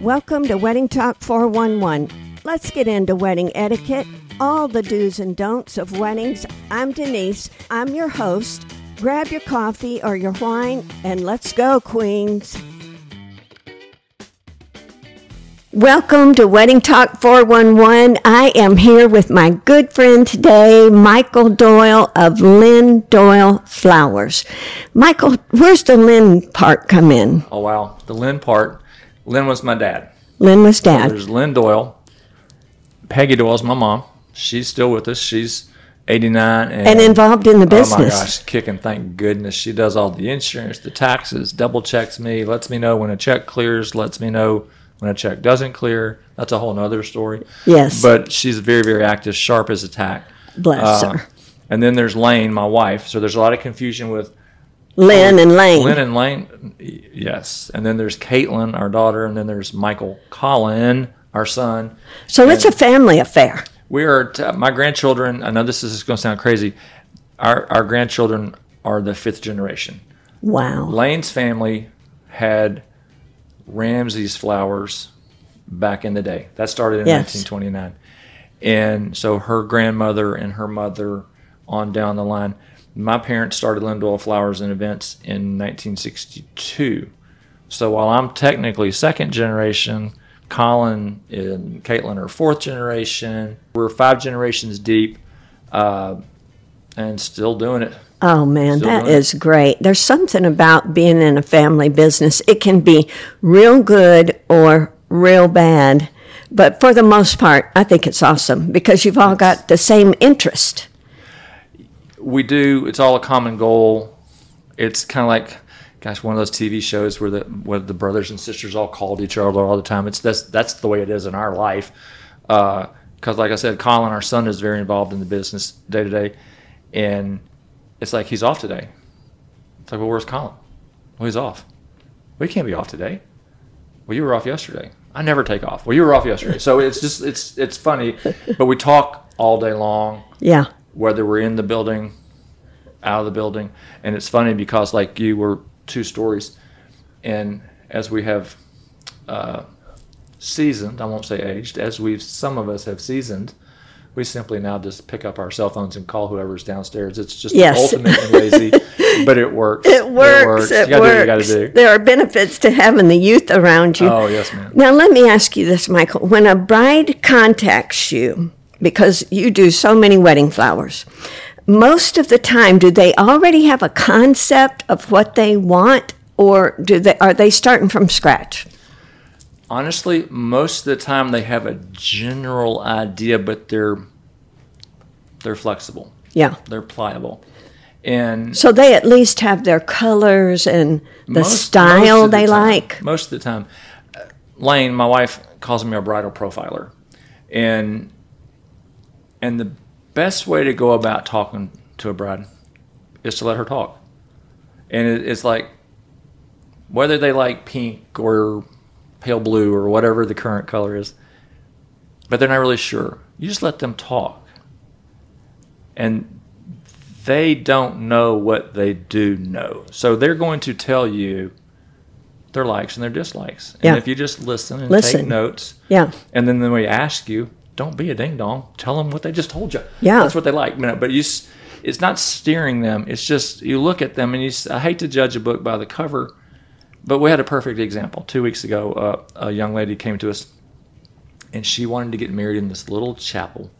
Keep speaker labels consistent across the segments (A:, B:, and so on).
A: Welcome to Wedding Talk 411. Let's get into wedding etiquette, all the do's and don'ts of weddings. I'm Denise, I'm your host. Grab your coffee or your wine and let's go, Queens. Welcome to Wedding Talk 411. I am here with my good friend today, Michael Doyle of Lynn Doyle Flowers. Michael, where's the Lynn part come in?
B: Oh wow, the Lynn part. Lynn was my dad.
A: Lynn was dad.
B: There's Lynn Doyle. Peggy Doyle's my mom. She's still with us. She's 89 and,
A: and involved in the
B: oh my
A: business.
B: gosh, kicking! Thank goodness she does all the insurance, the taxes, double checks me, lets me know when a check clears, lets me know when a check doesn't clear. That's a whole nother story.
A: Yes.
B: But she's very, very active, sharp as a tack.
A: Bless
B: Uh,
A: her.
B: and then there's Lane, my wife. So there's a lot of confusion with
A: Lynn and Lane.
B: Lynn and Lane, y- yes. And then there's Caitlin, our daughter, and then there's Michael Colin, our son.
A: so it's a family affair.
B: We are t- my grandchildren. I know this is going to sound crazy. Our our grandchildren are the fifth generation.
A: Wow.
B: Lane's family had Ramsey's flowers back in the day. That started in
A: Yes.
B: 1929. And so her grandmother and her mother on down the line. My parents started Lindoil Flowers and Events in 1962. So while I'm technically second generation, Colin and Caitlin are fourth generation. We're five generations deep uh, and still doing it.
A: Oh man,
B: Still
A: that
B: doing it.
A: is great. There's something about being in a family business. It can be real good or real bad, but for the most part, I think it's awesome because you've all got the same interest.
B: we do it's all a common goal it's kind of like gosh one of those tv shows where the where the brothers and sisters all called each other all the time it's that's that's the way it is in our life because like i said colin our son is very involved in the business day to day and it's like he's off today it's like well where's colin well he's off well he can't be off today well you were off yesterday i never take off well you were off yesterday so it's just it's it's funny but we talk all day long
A: Yeah.
B: whether we're in the building, out of the building. And it's funny because, like you, were two stories. And as we have uh, seasoned, I won't say aged, as we've, some of us have seasoned, we simply now just pick up our cell phones and call whoever's downstairs. It's just
A: Yes.
B: the ultimate in lazy, but it works.
A: It works. It
B: You gotta do what you
A: works.
B: gotta do.
A: There are benefits to having the youth around you.
B: Oh, yes, ma'am.
A: Now, let me ask you this, Michael. When a bride contacts you, because you do so many wedding flowers, most of the time, do they already have a concept of what they want, or do they are they starting from scratch?
B: Honestly, most of the time they have a general idea, but they're they're flexible.
A: Yeah.
B: They're pliable. And
A: So they at least have their colors and the
B: most-
A: style
B: most of the
A: they
B: time-
A: like.
B: Most of the time, Uh, Lane, my wife calls me a bridal profiler, and and the best way to go about talking to a bride is to let her talk, and it, it's like whether they like pink or pale blue or whatever the current color is, but they're not really sure. You just let them talk, and they don't know what they do know. So they're going to tell you their likes and their dislikes. And
A: Yeah.
B: if you just listen and
A: Listen.
B: take notes,
A: Yeah.
B: and then when we ask you, don't be a ding dong. Tell them what they just told you.
A: Yeah.
B: that's what they like. No, But you, s- it's not steering them. It's just you look at them and you. s- I hate to judge a book by the cover, but we had a perfect example two weeks ago. Uh, a young lady came to us, and she wanted to get married in this little chapel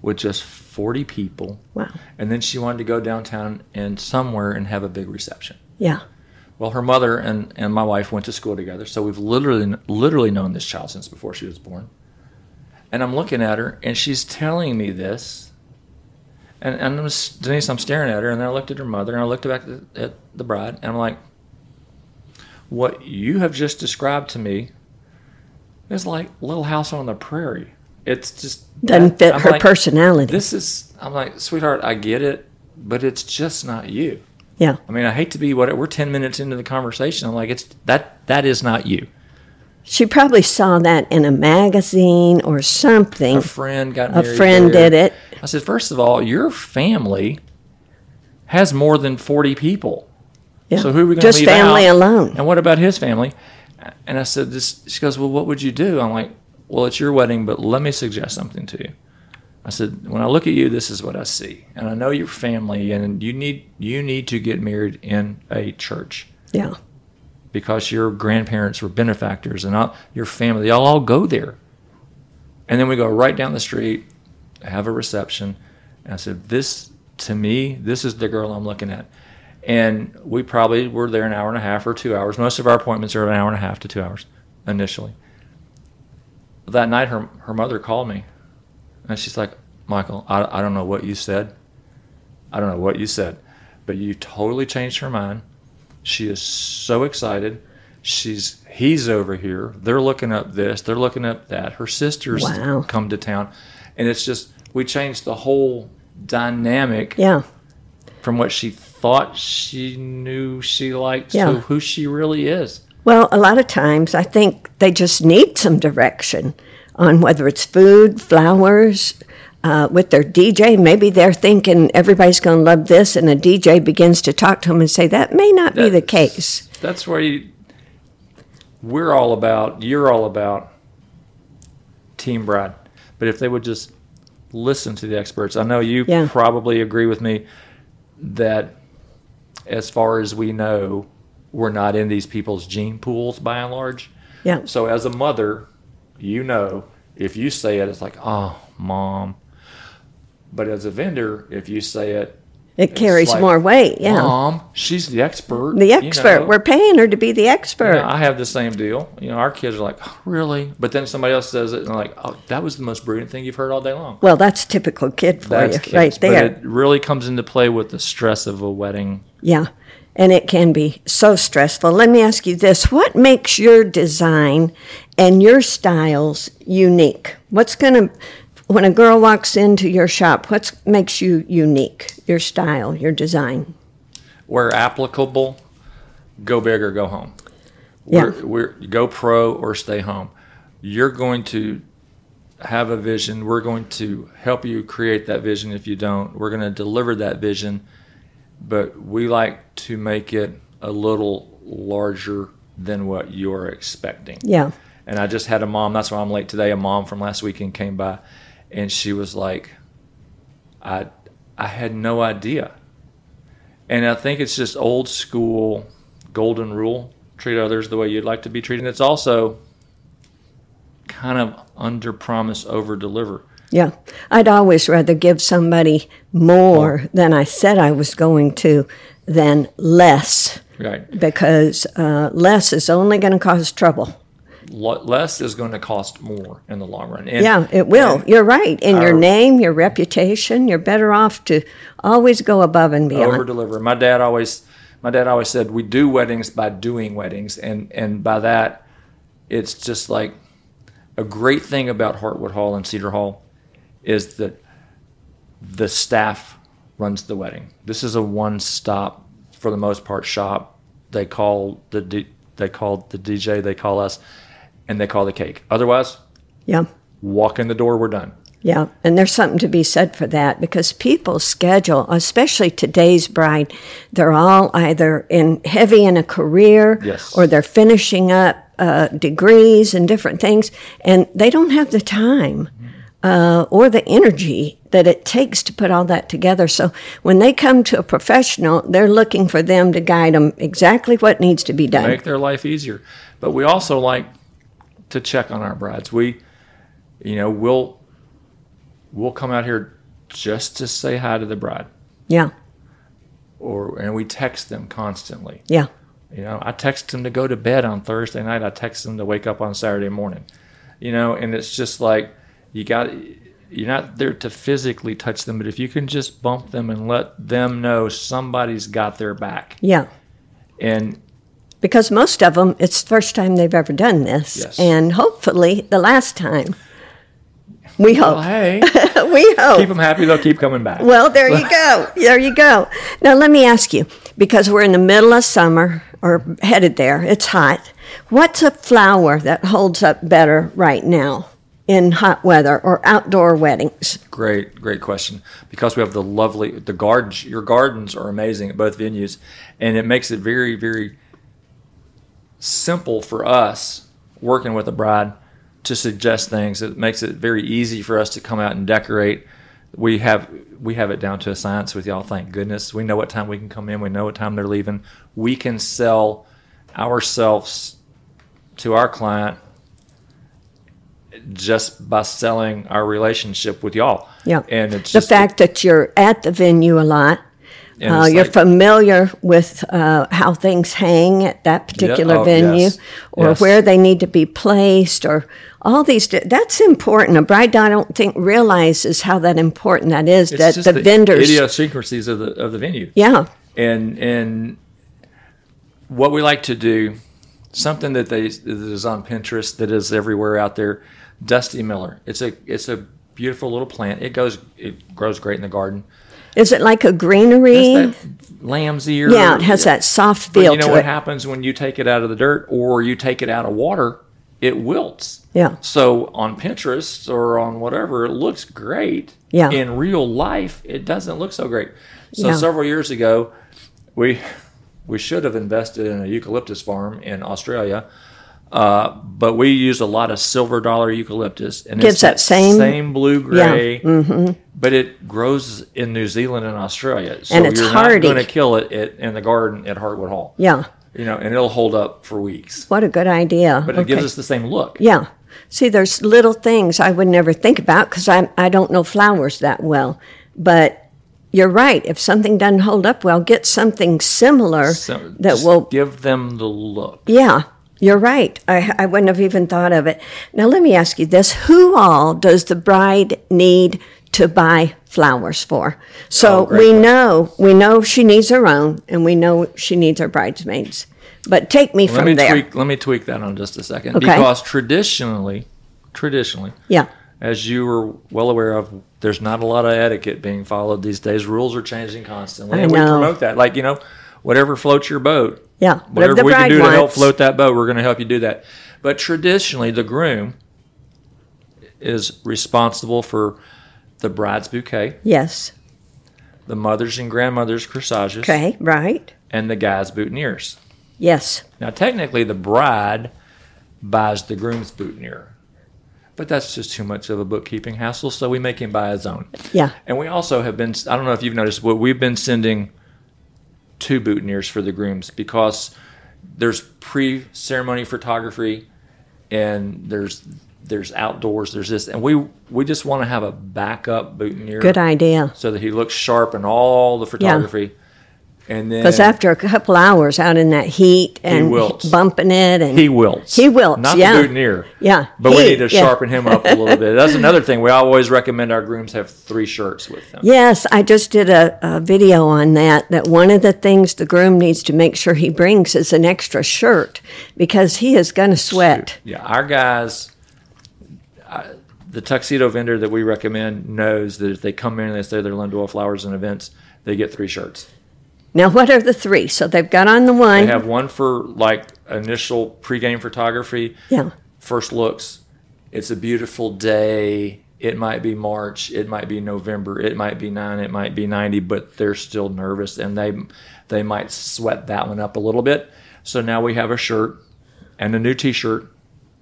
B: with just forty people,
A: Wow.
B: and then she wanted to go downtown and somewhere and have a big reception.
A: Yeah.
B: Well, her mother and, and my wife went to school together, so we've literally literally known this child since before she was born. And I'm looking at her, and she's telling me this. And, and I'm just, Denise, I'm staring at her, and then I looked at her mother, and I looked back at the, at the bride, and I'm like, "What you have just described to me is like Little House on the Prairie. It's just
A: Doesn't fit
B: I'm
A: her
B: like,
A: personality.
B: This is, I'm like, sweetheart, I get it, but it's just not you."
A: yeah.
B: I mean, I hate to be what we're ten minutes into the conversation. I'm like, it's that that is not you.
A: She probably saw that in a magazine or something.
B: A friend got
A: A
B: married.
A: friend
B: there.
A: did it.
B: I said, first of all, your family has more than forty people.
A: Yeah.
B: So who are we going to
A: Just
B: leave
A: family
B: out?
A: alone.
B: And what about his family? And I said, this, she goes, well, what would you do? I'm like, well, it's your wedding, but let me suggest something to you. I said, when I look at you, this is what I see. And I know your family and you need, you need to get married in a church
A: Yeah.
B: because your grandparents were benefactors and all, your family, y'all all go there. And then we go right down the street, have a reception. And I said, This, to me, this is the girl I'm looking at. And we probably were there an hour and a half or two hours. Most of our appointments are an hour and a half to two hours initially. That night, her, her mother called me and she's like, Michael, I, I don't know what you said. I don't know what you said, but you totally changed her mind. She is so excited. She's he's over here. They're looking up this. They're looking up that. Her sisters
A: Wow.
B: come to town, and it's just we changed the whole dynamic
A: Yeah.
B: from what she thought she knew she liked
A: Yeah.
B: to who she really is.
A: Well, a lot of times I think they just need some direction on whether it's food, flowers, uh, with their DJ. Maybe they're thinking everybody's going to love this, and a DJ begins to talk to them and say, That may not be the
B: That's-
A: case.
B: That's where you, we're all about. You're all about team bride. But if they would just listen to the experts, I know you
A: Yeah.
B: probably agree with me that, as far as we know, we're not in these people's gene pools by and large.
A: Yeah.
B: So as a mother, you know if you say it, it's like, oh, mom. But as a vendor, if you say it,
A: It carries
B: like,
A: more weight. Yeah.
B: mom, she's the expert.
A: the
B: you
A: expert.
B: know.
A: We're paying her to be the expert.
B: Yeah, I have the same deal. You know, our kids are like, "Oh, really? But then somebody else says it, and they're like, oh, that was the most brilliant thing you've heard all day long.
A: Well, that's typical kid for
B: That's
A: you,
B: kids,
A: right there.
B: But it really comes into play with the stress of a wedding.
A: Yeah, and it can be so stressful. Let me ask you this what makes your design and your styles unique? What's going to, when a girl walks into your shop, what makes you unique? Your style, your design?
B: Where applicable, go big or go home.
A: Yeah.
B: We're, we're, go pro or stay home. You're going to have a vision. We're going to help you create that vision. If you don't, we're going to deliver that vision. But we like to make it a little larger than what you're expecting.
A: Yeah,
B: And I just had a mom, that's why I'm late today. A mom from last weekend came by and she was like, I I had no idea. And I think it's just old school golden rule. Treat others the way you'd like to be treated. And it's also kind of under promise, over deliver.
A: yeah. I'd always rather give somebody more than I said I was going to than less
B: Right.
A: because uh, less is only going to cause trouble.
B: Lo- Less is going to cost more in the long run. And uh,
A: Yeah, it will. You're right. In your
B: Our-
A: name, your reputation, you're better off to always go above and beyond.
B: over deliver. My dad always my dad always said we do weddings by doing weddings and and by that it's just like a great thing about Hartwood Hall and Cedar Hall is that the staff runs the wedding. This is a one stop for the most part shop. They call the D, they call the DJ, they call us and they call the cake. Otherwise,
A: yeah,
B: walk in the door, we're done.
A: yeah. And there's something to be said for that because people's schedule, especially today's bride, they're all either in heavy in a career
B: Yes.
A: or they're finishing up uh, degrees and different things, and they don't have the time. Uh, or the energy that it takes to put all that together. So when they come to a professional, they're looking for them to guide them exactly what needs to be done.
B: make their life easier. But we also like to check on our brides. We, you know, we'll we'll come out here just to say hi to the bride,
A: Yeah,
B: or and we text them constantly.
A: yeah,
B: You know, I text them to go to bed on Thursday night. I text them to wake up on Saturday morning. You know, and it's just like you got you're not there to physically touch them, but if you can just bump them and let them know somebody's got their back.
A: yeah.
B: And
A: Because most of them, it's the first time they've ever done this,
B: Yes.
A: and hopefully the last time. We
B: well,
A: hope.
B: hey,
A: we hope.
B: keep them happy. They'll keep coming back.
A: Well, there you go. There you go. Now, let me ask you because we're in the middle of summer or headed there, it's hot. What's a flower that holds up better right now in hot weather or outdoor weddings?
B: Great, great question. Because we have the lovely the gardens. Your gardens are amazing at both venues, and it makes it very, very simple for us working with a bride to suggest things. It makes it very easy for us to come out and decorate. We have we have it down to a science with y'all. Thank goodness. We know what time we can come in. We know what time they're leaving. We can sell ourselves to our client just by selling our relationship with y'all.
A: Yeah.
B: And it's
A: the
B: just
A: fact that you're at the venue a lot,
B: and
A: uh,
B: it's
A: you're
B: like-
A: familiar with uh, how things hang at that particular
B: oh,
A: venue,
B: yes.
A: or
B: Yes.
A: where they need to be placed, or all these. Di- that's important. A bride, I don't think, realizes how that important that is.
B: it's
A: that
B: just
A: the, vendors,
B: idiosyncrasies of the of the venue.
A: yeah,
B: and and what we like to do something that they that is on Pinterest that is everywhere out there Dusty Miller it's a it's a beautiful little plant it goes it grows great in the garden
A: is it like a greenery?
B: It's that lamb's ear
A: yeah, it has that soft
B: but
A: feel
B: you know
A: to
B: what
A: it.
B: happens when you take it out of the dirt or you take it out of water it wilts
A: Yeah.
B: so on Pinterest or on whatever, it looks great.
A: Yeah.
B: In real life, it doesn't look so great. So
A: Yeah.
B: several years ago, we we should have invested in a eucalyptus farm in Australia, uh, but we used a lot of silver dollar eucalyptus, and
A: Gives
B: it's
A: that same- Mm-hmm.
B: same blue gray. But it grows in New Zealand and Australia, so
A: And it's
B: you're
A: hardy.
B: not going to kill it at, in the garden at Hartwood Hall.
A: Yeah,
B: You know, and it'll hold up for weeks.
A: what a good idea.
B: But it gives us the same look.
A: Yeah. See, there's little things I would never think about because I, I don't know flowers that well. But you're right. If something doesn't hold up well, get something similar
B: So
A: that
B: just
A: will.
B: give them the look.
A: Yeah, you're right. I, I wouldn't have even thought of it. Now, let me ask you this Who all does the bride need to buy flowers for? So
B: Oh, great
A: we know we know she needs her own and we know she needs her bridesmaids. But take me
B: Let
A: from
B: me
A: there.
B: tweak. Let me tweak that on just a second
A: Okay.
B: because traditionally, traditionally,
A: Yeah.
B: as you were well aware of, there's not a lot of etiquette being followed these days. Rules are changing constantly,
A: I
B: and we
A: know.
B: promote that. Like you know, whatever floats your boat,
A: Yeah. Whatever
B: whatever
A: the
B: we can
A: bride
B: do to help
A: wants.
B: float that boat, we're going to help you do that. But traditionally, the groom is responsible for the bride's bouquet,
A: Yes.
B: the mother's and grandmother's corsages,
A: Okay. Right.
B: and the guy's boutonnieres.
A: Yes.
B: Now, technically, the bride buys the groom's boutonniere, but that's just too much of a bookkeeping hassle, so we make him buy his own.
A: Yeah.
B: And we also have been, I don't know if you've noticed, but we've been sending two boutonnieres for the grooms because there's pre ceremony photography and there's there's outdoors, there's this, and we we just want to have a backup boutonniere
A: Good idea.
B: so that he looks sharp in all the photography. And then
A: Because after a couple hours out in that heat and
B: wilts.
A: bumping it, and
B: he wilts.
A: He wilts,
B: Not
A: yeah.
B: the boutonniere.
A: yeah,
B: But we
A: he-
B: need to
A: yeah.
B: sharpen him up a little bit. That's another thing. We always recommend our grooms have three shirts with them.
A: Yes, I just did a, a video on that. That one of the things the groom needs to make sure he brings is an extra shirt because he is going to sweat.
B: Yeah, our guys, I, the tuxedo vendor that we recommend knows that if they come in and they say they're Lindor Flowers and Events, they get three shirts.
A: Now, what are the three? So they've got on the one.
B: They have one for like initial pregame photography,
A: yeah,
B: first looks. It's a beautiful day. It might be March, it might be November, it might be 9, it might be 90, but they're still nervous and they they might sweat that one up a little bit. So now we have a shirt and a new t-shirt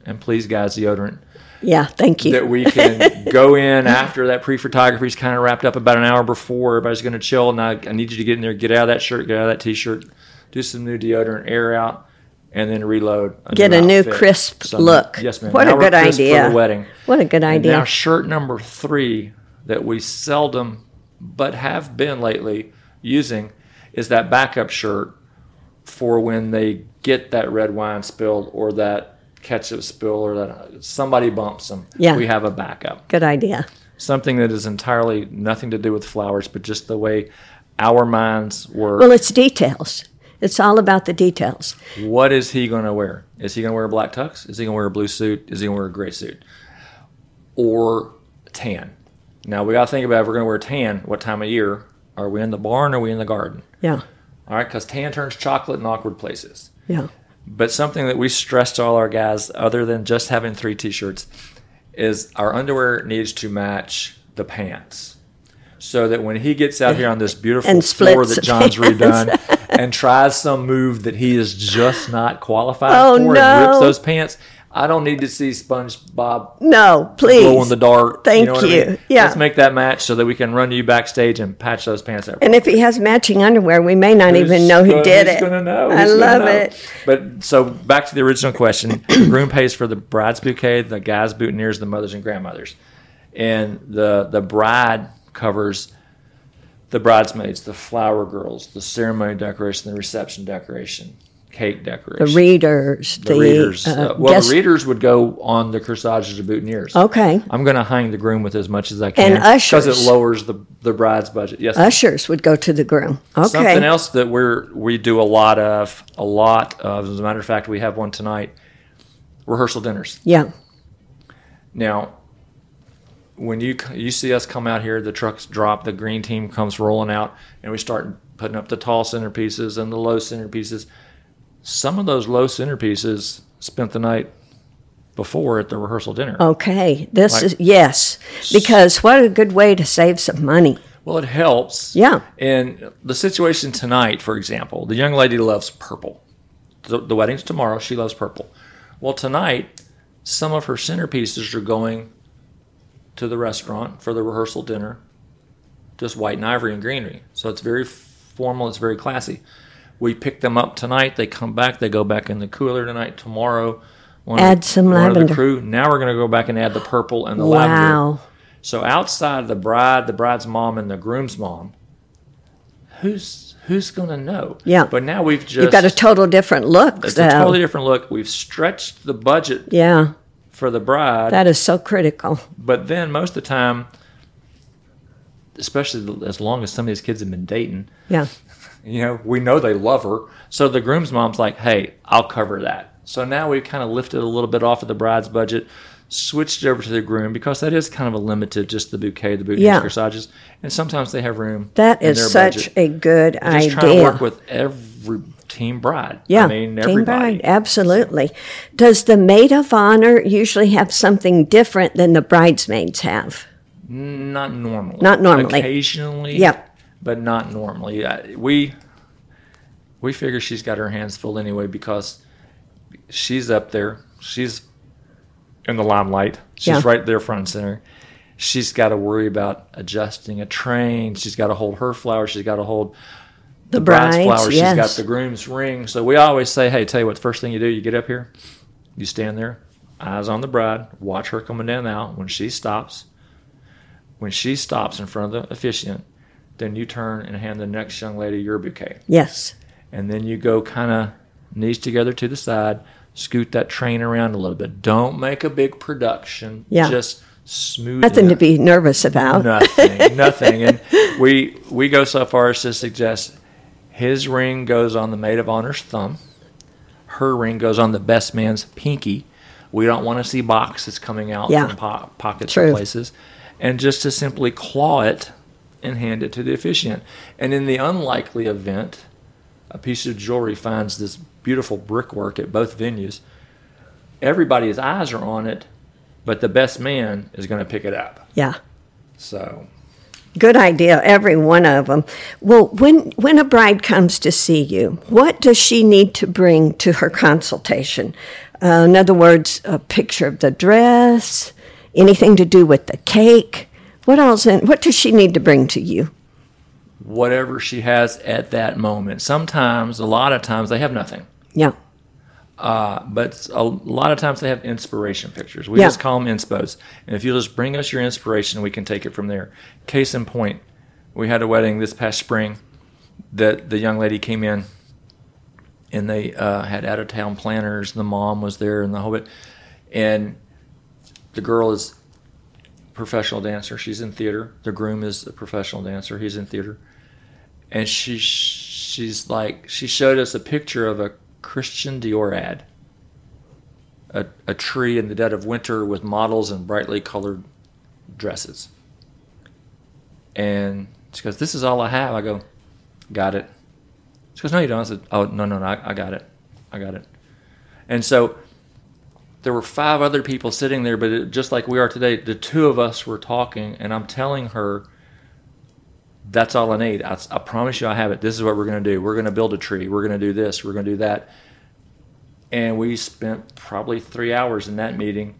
B: and please guys deodorant
A: yeah. Thank you.
B: that we can go in after that pre-photography is kind of wrapped up about an hour before everybody's going to chill and I, I need you to get in there get out of that shirt get out of that t-shirt do some new deodorant air out and then reload
A: Get a new
B: outfit.
A: crisp
B: So,
A: look.
B: yes ma'am
A: What
B: Now
A: a
B: we're
A: good
B: crisp
A: idea.
B: for the wedding
A: what a good
B: now
A: idea.
B: shirt number three that we seldom but have been lately using is that backup shirt for when they get that red wine spill or that ketchup spill or that somebody bumps them.
A: Yeah.
B: We have a backup.
A: Good idea.
B: Something that is entirely nothing to do with flowers, but just the way our minds work.
A: Well, it's details. It's all about the details.
B: what is he going to wear? Is he going to wear a black tux? Is he going to wear a blue suit? Is he going to wear a gray suit? Or tan? Now we got to think about if we're going to wear tan, what time of year? Are we in the barn or are we in the garden?
A: Yeah,
B: All right, because tan turns chocolate in awkward places.
A: yeah.
B: But something that we stress to all our guys, other than just having three t shirts, is our underwear needs to match the pants. So that when he gets out here on this beautiful
A: And
B: floor
A: splits
B: that John's
A: the pants.
B: redone, and tries some move that he is just not qualified
A: Oh,
B: for
A: no.
B: and rips those pants. I don't need to see SpongeBob
A: No,
B: glow in
A: please.
B: the dark.
A: Thank
B: what I mean?
A: you. Yeah.
B: Let's make that match so that we can run to you backstage and patch those pants up.
A: And if he has matching underwear, we may not even know who
B: Who's
A: did
B: gonna-
A: it.
B: Who's uh, gonna know?
A: I
B: Who's gonna
A: love
B: know?
A: it.
B: But so back to the original question: the groom pays for the bride's bouquet, the guy's boutonnieres, the mothers and grandmothers, and the the bride covers the bridesmaids, the flower girls, the ceremony decoration, the reception decoration, cake decoration,
A: The readers, the,
B: the readers.
A: uh,
B: Uh, well,
A: guest-
B: the readers would go on the corsages of boutonnieres.
A: Okay,
B: I'm going to hang the groom with as much as I can
A: And
B: it
A: ushers.
B: lowers the, the bride's budget. Yes,
A: ushers would go to the groom. Okay,
B: Something else that we're we do a lot of, a lot of. As a matter of fact, we have one tonight. Rehearsal dinners.
A: yeah,
B: Now, when you c- you see us come out here, the trucks drop, the green team comes rolling out, and we start putting up the tall centerpieces and the low centerpieces. Some of those low centerpieces spent the night before at the rehearsal dinner.
A: okay. This
B: Like-
A: is yes, because what a good way to save some money.
B: Well, it helps.
A: Yeah.
B: And the situation tonight, for example, the young lady loves purple. The, the wedding's tomorrow. She loves purple. Well, tonight, some of her centerpieces are going to the restaurant for the rehearsal dinner, just white and ivory and greenery. So it's very formal. It's very classy. We pick them up tonight. They come back. They go back in the cooler tonight. Tomorrow, one of
A: Add
B: the-
A: some
B: one of the
A: lavender.
B: crew. Now we're going to go back and add the purple and the lavender.
A: Wow.
B: So outside of the bride, the bride's mom, and the groom's mom, who's who's gonna know?
A: Yeah.
B: But now we've just
A: You've got a total different look.
B: it's
A: though.
B: a totally different look. We've stretched the budget
A: yeah,
B: for the bride,
A: that is so critical.
B: but then most of the time, especially as long as some of these kids have been dating,
A: Yeah,
B: you know, we know they love her. So the groom's mom's like, hey, I'll cover that. So now we've kind of lifted a little bit off of the bride's budget, switched it over to the groom because that is kind of a limited, just the bouquet, the boutonnieres,
A: Yeah.
B: corsages. And sometimes they have room.
A: that
B: in
A: is
B: their
A: such
B: budget.
A: a good
B: Just
A: idea.
B: trying to work with every team bride.
A: Yeah,
B: I mean,
A: team
B: everybody.
A: bride, absolutely. Does the maid of honor usually have something different than the bridesmaids have?
B: Not normally.
A: Not normally.
B: Occasionally.
A: Yep.
B: But not normally. I- We we figure she's got her hands full anyway because she's up there. She's in the limelight. She's
A: Yeah.
B: right there front and center. She's got to worry about adjusting a train. She's got to hold her flowers. She's got to hold
A: The,
B: bride's
A: brides,
B: flowers.
A: yes.
B: She's got the groom's ring. So we always say, hey, tell you what, the first thing you do, you get up here, you stand there, eyes on the bride, watch her coming down now. When she stops, when she stops in front of the officiant, then you turn and hand the next young lady your bouquet.
A: yes.
B: And then you go kind of knees together to the side, scoot that train around a little bit. Don't make a big production.
A: Yeah.
B: Just smooth
A: Nothing
B: it
A: to be nervous about.
B: nothing, nothing. And we we go so far as to suggest his ring goes on the maid of honor's thumb, her ring goes on the best man's pinky. We don't want to see boxes coming out
A: Yeah.
B: from po- pockets
A: True.
B: and places, and just to simply claw it and hand it to the officiant. And in the unlikely event, a piece of jewelry finds this beautiful brickwork at both venues. Everybody's eyes are on it, but the best man is going to pick it up.
A: Yeah.
B: So
A: Good idea, every one of them. Well, when when a bride comes to see you, what does she need to bring to her consultation? Uh, in other words, a picture of the dress, anything to do with the cake. What else? In, what does she need to bring to you?
B: whatever she has at that moment. Sometimes, a lot of times, they have nothing.
A: Yeah.
B: But a lot of times they have inspiration pictures. We
A: Yeah.
B: just call them inspos. And if you'll just bring us your inspiration, we can take it from there. Case in point, we had a wedding this past spring that the young lady came in and they uh, had out of town planners. The mom was there and the whole bit. And the girl is a professional dancer. She's in theater. The groom is a professional dancer. He's in theater. And she she's like she showed us a picture of a Christian Dior ad a, a tree in the dead of winter with models in brightly colored dresses. And she goes, This is all I have. I go, Got it. She goes, No, you don't. I said, Oh, no, no, no. I, I got it. I got it. And so there were five other people sitting there, but it, just like we are today, the two of us were talking, and I'm telling her That's all I need. I, I promise you, I have it. This is what we're going to do. We're going to build a tree. We're going to do this. We're going to do that. And we spent probably three hours in that meeting.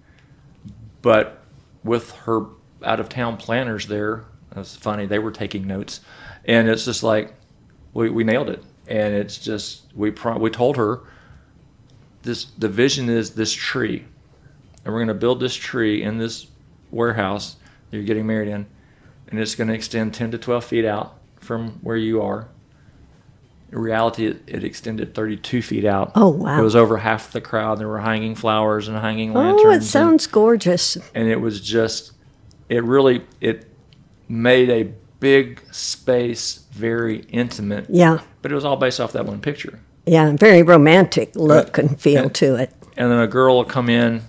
B: But with her out of town planners there, it was funny. They were taking notes. And it's just like, we, we nailed it. And it's just, we, pro- we told her this the vision is this tree. And we're going to build this tree in this warehouse that you're getting married in, and it's going to extend 10 to 12 feet out from where you are. In reality, it, it extended 32 feet out.
A: Oh, wow.
B: It was over half the crowd. There were hanging flowers and hanging lanterns.
A: Oh, it
B: and-
A: sounds gorgeous.
B: and it was just it really it made a big space very intimate.
A: Yeah.
B: But it was all based off that one picture.
A: Yeah, very romantic
B: Uh,
A: look and feel to it.
B: and then a girl will come in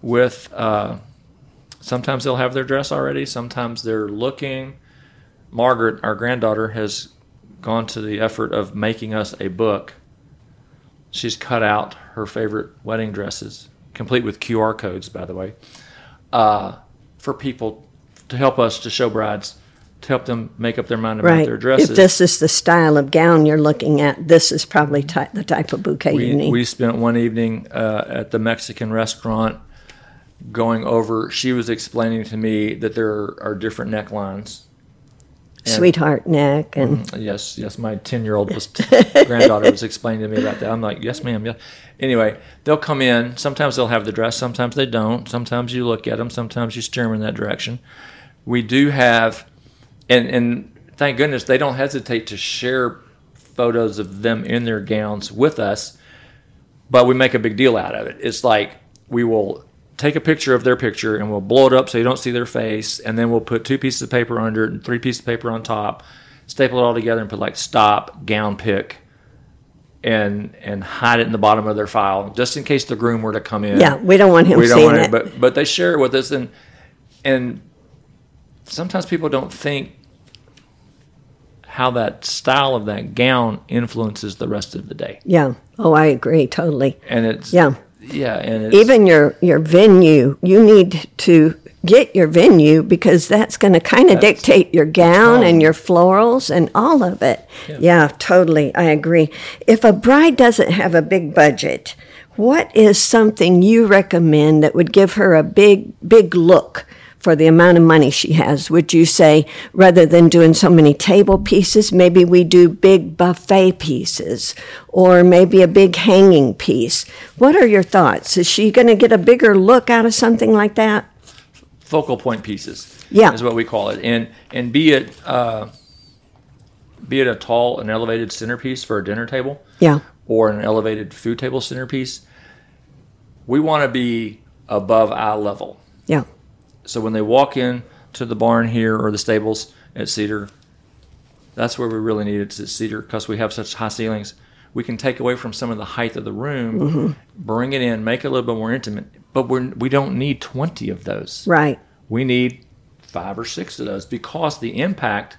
B: with uh, sometimes they'll have their dress already sometimes they're looking margaret our granddaughter has gone to the effort of making us a book she's cut out her favorite wedding dresses complete with qr codes by the way uh, for people to help us to show brides to help them make up their mind about
A: Right.
B: their dresses
A: If this is the style of gown you're looking at, this is probably ty- the type of bouquet you
B: we,
A: need.
B: we spent one evening uh, at the Mexican restaurant going over. She was explaining to me that there are different necklines. And-
A: Sweetheart neck and
B: Yes, yes. My ten-year-old was granddaughter was explaining to me about that. I'm like, yes, ma'am. Yeah. Anyway, they'll come in. Sometimes they'll have the dress. Sometimes they don't. Sometimes you look at them. Sometimes you steer them in that direction. We do have, and and thank goodness they don't hesitate to share photos of them in their gowns with us. But we make a big deal out of it. It's like we will take a picture of their picture and we'll blow it up so you don't see their face, and then we'll put two pieces of paper under it and three pieces of paper on top, staple it all together and put like stop gown pick. And, and hide it in the bottom of their file just in case the groom were to come in
A: yeah, we don't want him
B: we don't
A: seeing
B: want
A: it.
B: it, but but they share it with us, and and sometimes people don't think how that style of that gown influences the rest of the day,
A: yeah. Oh, I agree totally.
B: and it's
A: Yeah.
B: yeah, and it's,
A: Even your your venue, you need to get your venue because that's going to kind of dictate your gown and your florals and all of it. Yeah. totally. I agree. If a bride doesn't have a big budget, what is something you recommend that would give her a big big look? For the amount of money she has, would you say rather than doing so many table pieces, maybe we do big buffet pieces or maybe a big hanging piece? What are your thoughts? Is she going to get a bigger look out of something like that?
B: focal point pieces.
A: Yeah.
B: is what we call it, and and be it uh, be it a tall and elevated centerpiece for a dinner table,
A: Yeah.
B: or an elevated food table centerpiece. We want to be above eye level.
A: Yeah.
B: So when they walk in to the barn here or the stables at Cedar, that's where we really need it is at Cedar because we have such high ceilings. We can take away from some of the height of the room,
A: Mm-hmm.
B: bring it in, make it a little bit more intimate. But we're, we don't need 20 of those.
A: Right.
B: We need five or six of those because the impact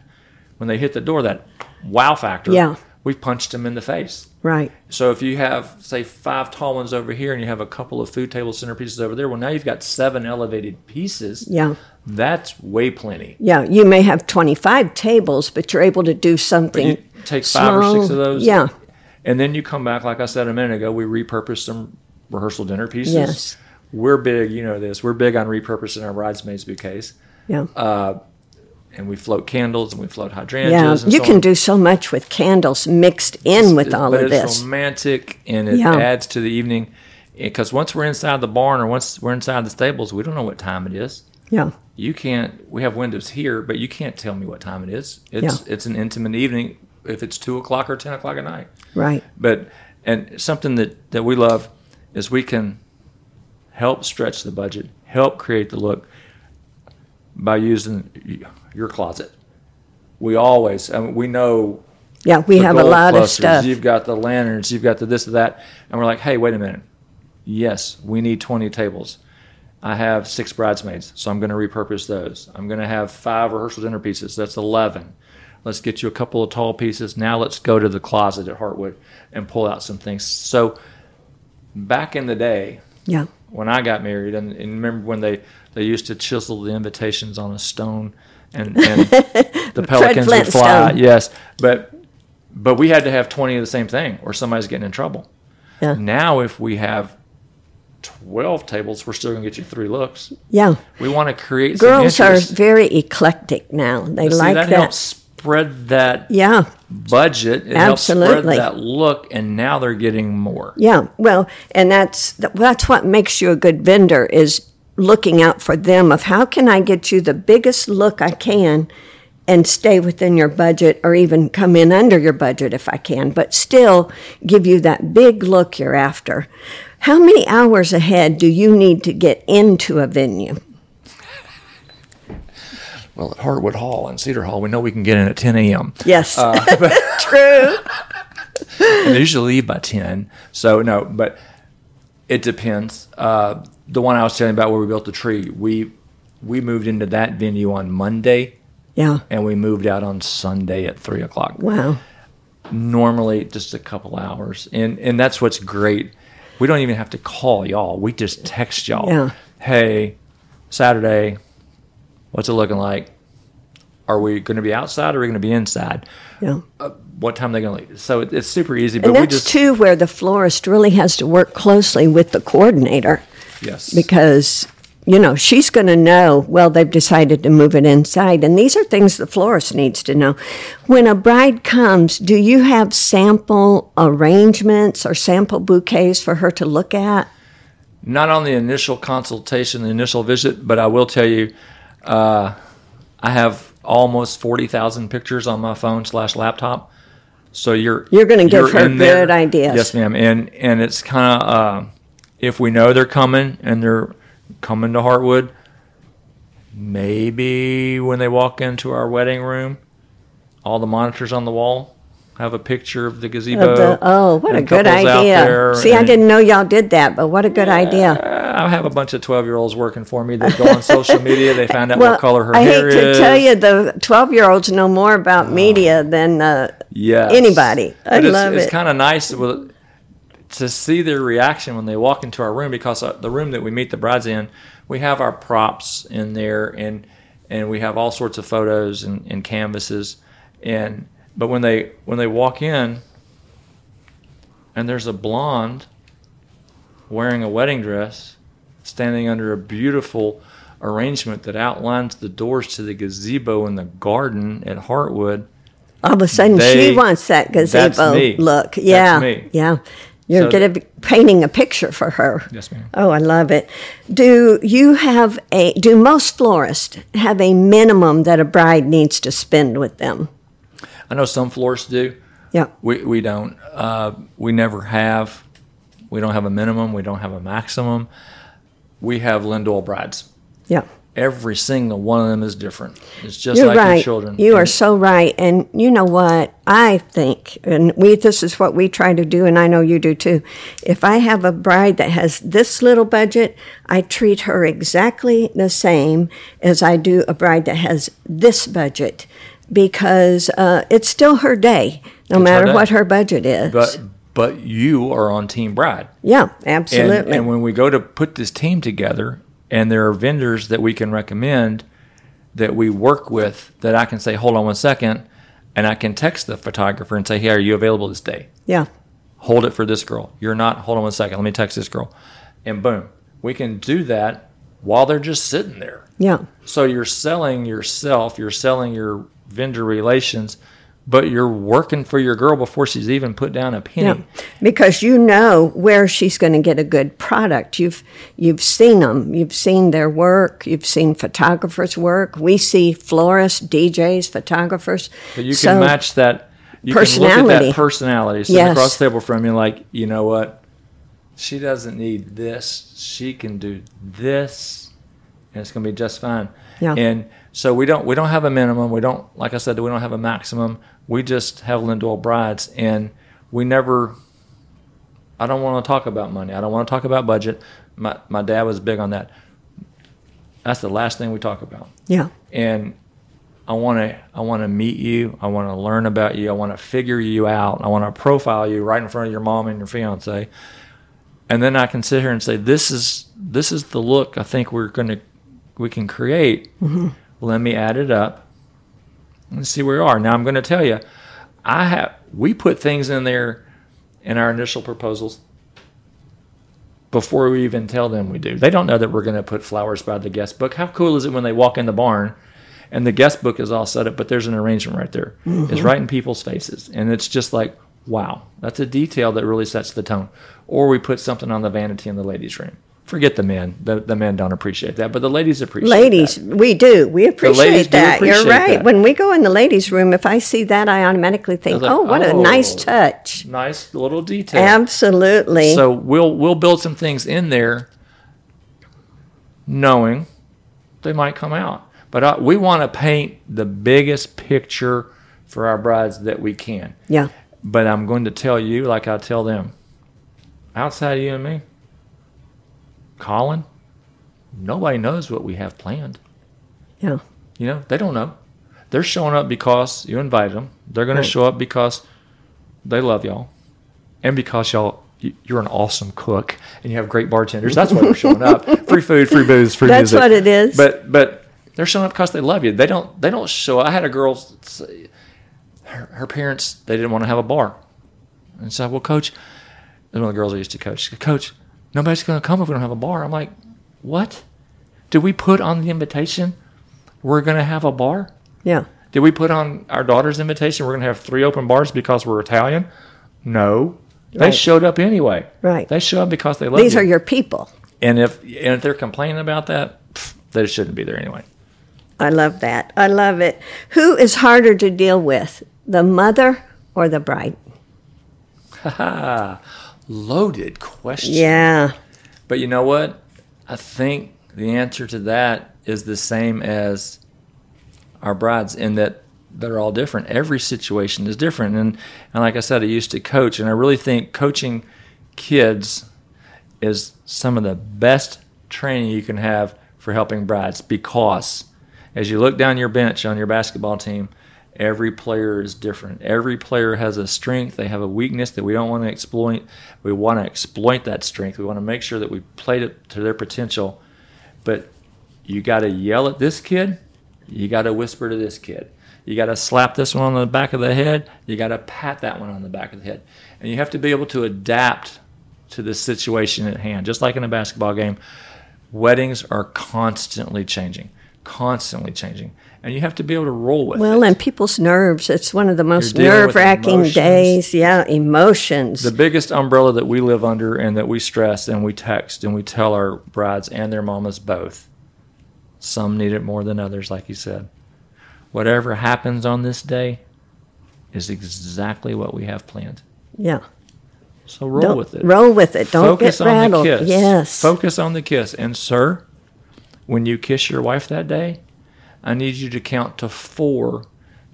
B: when they hit the door, that wow factor,
A: Yeah.
B: we punched them in the face.
A: Right.
B: So if you have, say, five tall ones over here and you have a couple of food table centerpieces over there, well, now you've got seven elevated pieces.
A: Yeah.
B: That's way plenty.
A: Yeah. You may have 25 tables, but you're able to do something.
B: You take five or six
A: small.
B: of those.
A: Yeah.
B: And then you come back, like I said a minute ago, we repurpose some rehearsal dinner pieces.
A: Yes.
B: We're big, you know this. We're big on repurposing our bridesmaids bouquets.
A: Yeah.
B: Uh, And we float candles and we float hydrangeas.
A: yeah.
B: and
A: You
B: so
A: can
B: on.
A: do so much with candles mixed in with
B: It's-
A: all
B: but
A: of
B: it's
A: this.
B: romantic and it
A: Yeah.
B: adds to the evening. Because once we're inside the barn or once we're inside the stables, we don't know what time it is.
A: Yeah.
B: you can't we have windows here but you can't tell me what time it is it's it's an intimate evening if it's two o'clock or ten o'clock at night
A: Right.
B: but and something that that we love is we can help stretch the budget help create the look by using y- your closet we always I mean, we know
A: Yeah. We
B: the
A: have a
B: gold
A: lot of
B: clusters.
A: stuff.
B: You've got the lanterns, you've got the this, that, and we're like, hey, wait a minute. Yes, we need 20 tables. I have six bridesmaids, so I'm going to repurpose those. I'm going to have five rehearsal dinner pieces. That's 11. Let's get you a couple of tall pieces. Now let's go to the closet at Hartwood and pull out some things. So back in the day,
A: Yeah.
B: when I got married, and, and remember when they, they used to chisel the invitations on a stone and, and the pelicans would fly.
A: Flintstone.
B: Yes, but but we had to have twenty of the same thing, or somebody's getting in trouble.
A: Yeah.
B: Now, if we have twelve tables, we're still gonna get you three looks.
A: Yeah.
B: We want to create some
A: Girls are
B: interest.
A: very eclectic now. They
B: See,
A: like
B: that,
A: that.
B: helps spread that
A: Yeah.
B: budget. It helps
A: Absolutely.
B: spread that look, and now they're getting more.
A: Yeah. Well, and that's that's what makes you a good vendor is looking out for them of how can I get you the biggest look I can and stay within your budget or even come in under your budget if I can, but still give you that big look you're after. How many hours ahead do you need to get into a venue?
B: Well, at Hartwood Hall and Cedar Hall, we know we can get in at 10 a.m.
A: Yes. True.
B: and they usually leave by 10. So, no, but it depends. Uh, the one I was telling you about where we built the tree, we we moved into that venue on Monday
A: Yeah.
B: and we moved out on Sunday at 3 o'clock.
A: Wow.
B: Normally, just a couple hours. And, and that's what's great. We don't even have to call y'all, we just text y'all.
A: Yeah.
B: Hey, Saturday, what's it looking like? Are we going to be outside or are we going to be inside?
A: Yeah.
B: Uh, what time are they going to leave? So it, it's super easy, but
A: And
B: we
A: that's
B: just
A: too where the florist really has to work closely with the coordinator.
B: yes.
A: because you know she's going to know well they've decided to move it inside and these are things the florist needs to know when a bride comes do you have sample arrangements or sample bouquets for her to look at
B: not on the initial consultation, the initial visit, but I will tell you, uh, I have almost forty thousand pictures on my phone slash laptop. So you're
A: You're gonna give her
B: in there.
A: good ideas.
B: Yes, ma'am. And and it's kind of uh, if we know they're coming and they're coming to Hartwood, maybe when they walk into our wedding room, all the monitors on the wall have a picture of the gazebo.
A: Of the- oh what a
B: Uh, and
A: good
B: couples out there
A: idea see i
B: and-
A: didn't know y'all did that but what a good idea
B: I have a bunch of 12 year olds working for me that go on social media. They find out
A: well
B: what color her
A: i hate
B: hair
A: to
B: is.
A: tell you the 12 year olds know more about media than uh,
B: Yes.
A: anybody.
B: But
A: I'd
B: it's,
A: love
B: it's
A: it.
B: kind of nice with, to see their reaction when they walk into our room because uh, the room that we meet the brides in, we have our props in there and and we have all sorts of photos and, and canvases and but when they when they walk in and there's a blonde wearing a wedding dress standing under a beautiful arrangement that outlines the doors to the gazebo in the garden at Hartwood
A: all of a sudden
B: They-
A: she wants that gazebo
B: me.
A: look.
B: That's
A: Yeah.
B: me.
A: Yeah. You're
B: So-
A: going to be painting a picture for her.
B: Yes, ma'am.
A: Oh, I love it. Do you have a, do most florists have a minimum that a bride needs to spend with them?
B: I know some florists do.
A: Yeah.
B: We we don't. Uh, we never have. We don't have a minimum. We don't have a maximum. We have Lindor brides.
A: Yeah.
B: Every single one of them is different. It's just
A: You're
B: like
A: right.
B: your children.
A: You are so right. And you know what? I think, and we this is what we try to do, and I know you do too. If I have a bride that has this little budget, I treat her exactly the same as I do a bride that has this budget, because uh, it's still her day, no matter
B: day.
A: what her budget is.
B: But but you are on team bride.
A: yeah,
B: And,
A: absolutely.
B: and when we go to put this team together, and there are vendors that we can recommend that we work with, that I can say, hold on one second, and I can text the photographer and say, hey, are you available this day?
A: yeah,
B: hold it for this girl. You're not, hold on one second, let me text this girl. And boom, we can do that while they're just sitting there.
A: yeah,
B: So you're selling yourself, you're selling your vendor relations, but you're working for your girl before she's even put down a penny.
A: yeah. Because you know where she's going to get a good product. You've you've seen them. You've seen their work. You've seen photographers' work. We see florists, DJs, photographers.
B: But you can
A: So,
B: match that you can look at
A: Personality.
B: that personality sitting
A: Yes.
B: across the table from you like, you know what? She doesn't need this. She can do this and it's gonna be just fine.
A: Yeah.
B: And so we don't we don't have a minimum. We don't like I said, we don't have a maximum. We just have Lindor brides and we never I don't want to talk about money. I don't want to talk about budget. My my dad was big on that. That's the last thing we talk about
A: Yeah,
B: and I want to I want to meet you. I want to learn about you. I want to figure you out. I want to profile you right in front of your mom and your fiance. And then I can sit here and say this is this is the look I think we're going to we can create. Let me add it up and see where we are. Now I'm going to tell you, I have we put things in there in our initial proposals before we even tell them we do. They don't know that we're going to put flowers by the guest book. How cool is it when they walk in the barn and the guest book is all set up, but there's an arrangement right there. It's right in people's faces. And it's just like, wow, that's a detail that really sets the tone. Or we put something on the vanity in the ladies' room. Forget the men. The, the men don't appreciate that, but the ladies appreciate
A: Ladies,
B: that.
A: we do. We appreciate
B: ladies do
A: that.
B: appreciate
A: You're right.
B: that.
A: When we go in the ladies' room, if I see that, I automatically think,
B: like,
A: oh, what a nice
B: oh.
A: touch.
B: Nice little detail.
A: Absolutely.
B: So we'll we'll build some things in there, knowing they might come out. But I, we want to paint the biggest picture for our brides that we can.
A: yeah.
B: But I'm going to tell you, like I tell them, outside of you and me, Colin, nobody knows what we have planned.
A: Yeah.
B: You know, they don't know. They're showing up because you invited them. They're going
A: Right.
B: to show up because they love y'all and because y'all y- you're an awesome cook and you have great bartenders. That's why they're showing up. Free food, free booze, free
A: That's
B: music.
A: what it is.
B: But but they're showing up because they love you. They don't they don't show. I had a girl say her, her parents they didn't want to have a bar. And so, well, coach, and one of the girls I used to coach, she said, Coach, nobody's going to come if we don't have a bar. I'm like, what? Did we put on the invitation? We're going to have a bar?
A: Yeah.
B: Did we put on our daughter's invitation? We're going to have three open bars because we're Italian? No. They
A: Right.
B: showed up anyway.
A: Right.
B: They show up because they love
A: These
B: you.
A: are your people.
B: and if and if they're complaining about that, pff, they shouldn't be there anyway.
A: I love that. I love it. Who is harder to deal with, the mother or the bride?
B: Loaded question.
A: Yeah.
B: But you know what? I think the answer to that is the same as our brides in that they're all different. Every situation is different. And and like I said, I used to coach and I really think coaching kids is some of the best training you can have for helping brides because as you look down your bench on your basketball team, every player is different. Every player has a strength, they have a weakness that we don't want to exploit. We want to exploit that strength. We want to make sure that we played it to their potential. But you got to yell at this kid, you got to whisper to this kid. You got to slap this one on the back of the head. You got to pat that one on the back of the head. And you have to be able to adapt to the situation at hand. Just like in a basketball game, weddings are constantly changing, constantly changing. And you have to be able to roll with
A: Well,
B: it.
A: and people's nerves. It's one of the most
B: You're dealing
A: nerve
B: with
A: wracking
B: emotions.
A: days. Yeah, emotions.
B: the biggest umbrella that we live under and that we stress and we text and we tell our brides and their mamas both. Some need it more than others, like you said. Whatever happens on this day is exactly what we have planned.
A: yeah.
B: So roll
A: Don't-
B: with it.
A: Roll with it. Don't
B: Focus
A: get
B: on
A: rattled.
B: the kiss.
A: Yes.
B: Focus on the kiss. And sir, when you kiss your wife that day, I need you to count to four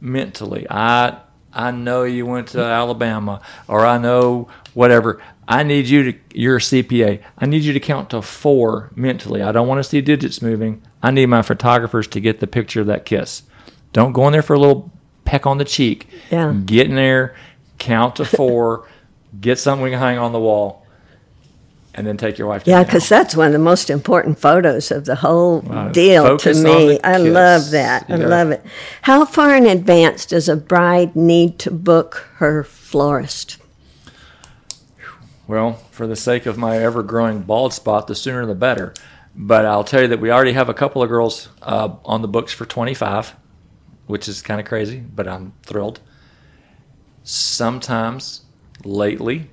B: mentally. I I know you went to Alabama or I know whatever. I need you to you're a CPA. I need you to count to four mentally. I don't want to see digits moving. I need my photographers to get the picture of that kiss. Don't go in there for a little peck on the cheek.
A: Yeah.
B: Get in there, count to four, get something we can hang on the wall, and then take your wife.
A: yeah,
B: down.
A: because that's one of the most important photos of the whole deal to
B: focus on
A: me.
B: the
A: I
B: kiss.
A: love that.
B: You
A: I
B: gotta-
A: love it. How far in advance does a bride need to book her florist?
B: Well, for the sake of my ever growing bald spot, the sooner the better. But I'll tell you that we already have a couple of girls uh, on the books for 25, which is kind of crazy, but I'm thrilled. Sometimes lately,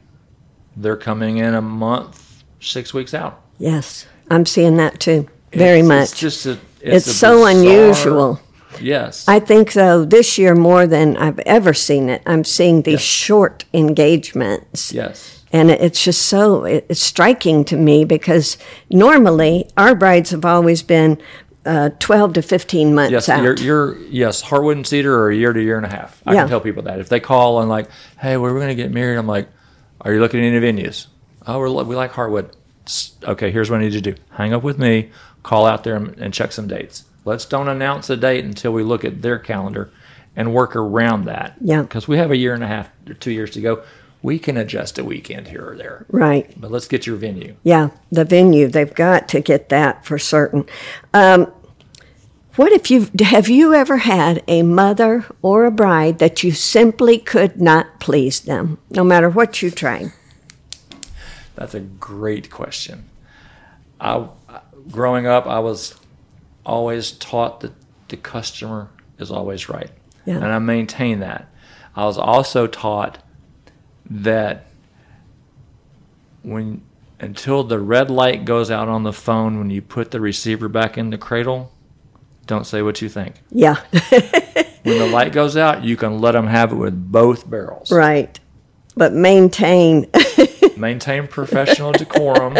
B: they're coming in a month, six weeks out.
A: Yes, I'm seeing that too. Very
B: It's-
A: much.
B: It's just a,
A: it's
B: it's a
A: so
B: bizarre-
A: unusual.
B: Yes.
A: I think so. This year, more than I've ever seen it, I'm seeing these short engagements.
B: yes.
A: And it's just so it- it's striking to me because normally our brides have always been uh, 12 to 15 months
B: Yes,
A: out.
B: you're, you're yes, Hartwood and Cedar are a year to year and a half. I
A: Yeah.
B: can tell people that if they call and like, hey, we're going to get married. I'm like, are you looking at any venues? Oh, we're, li- we like Hartwood. S- Okay, here's what I need you to do: hang up with me, call out there and, and check some dates. Let's don't announce a date until we look at their calendar and work around that.
A: Yeah.
B: because we have a year and a half or two years to go. We can adjust a weekend here or there,
A: right.
B: but let's get your venue.
A: Yeah, the venue, they've got to get that for certain. Um, What if you have you ever had a mother or a bride that you simply could not please them, no matter what you tried?
B: That's a great question. I growing up, I was always taught that the customer is always right,
A: Yeah.
B: and I maintain that. I was also taught that when until the red light goes out on the phone when you put the receiver back in the cradle, don't say what you think.
A: Yeah,
B: When the light goes out, you can let them have it with both barrels.
A: right. But maintain.
B: maintain professional decorum.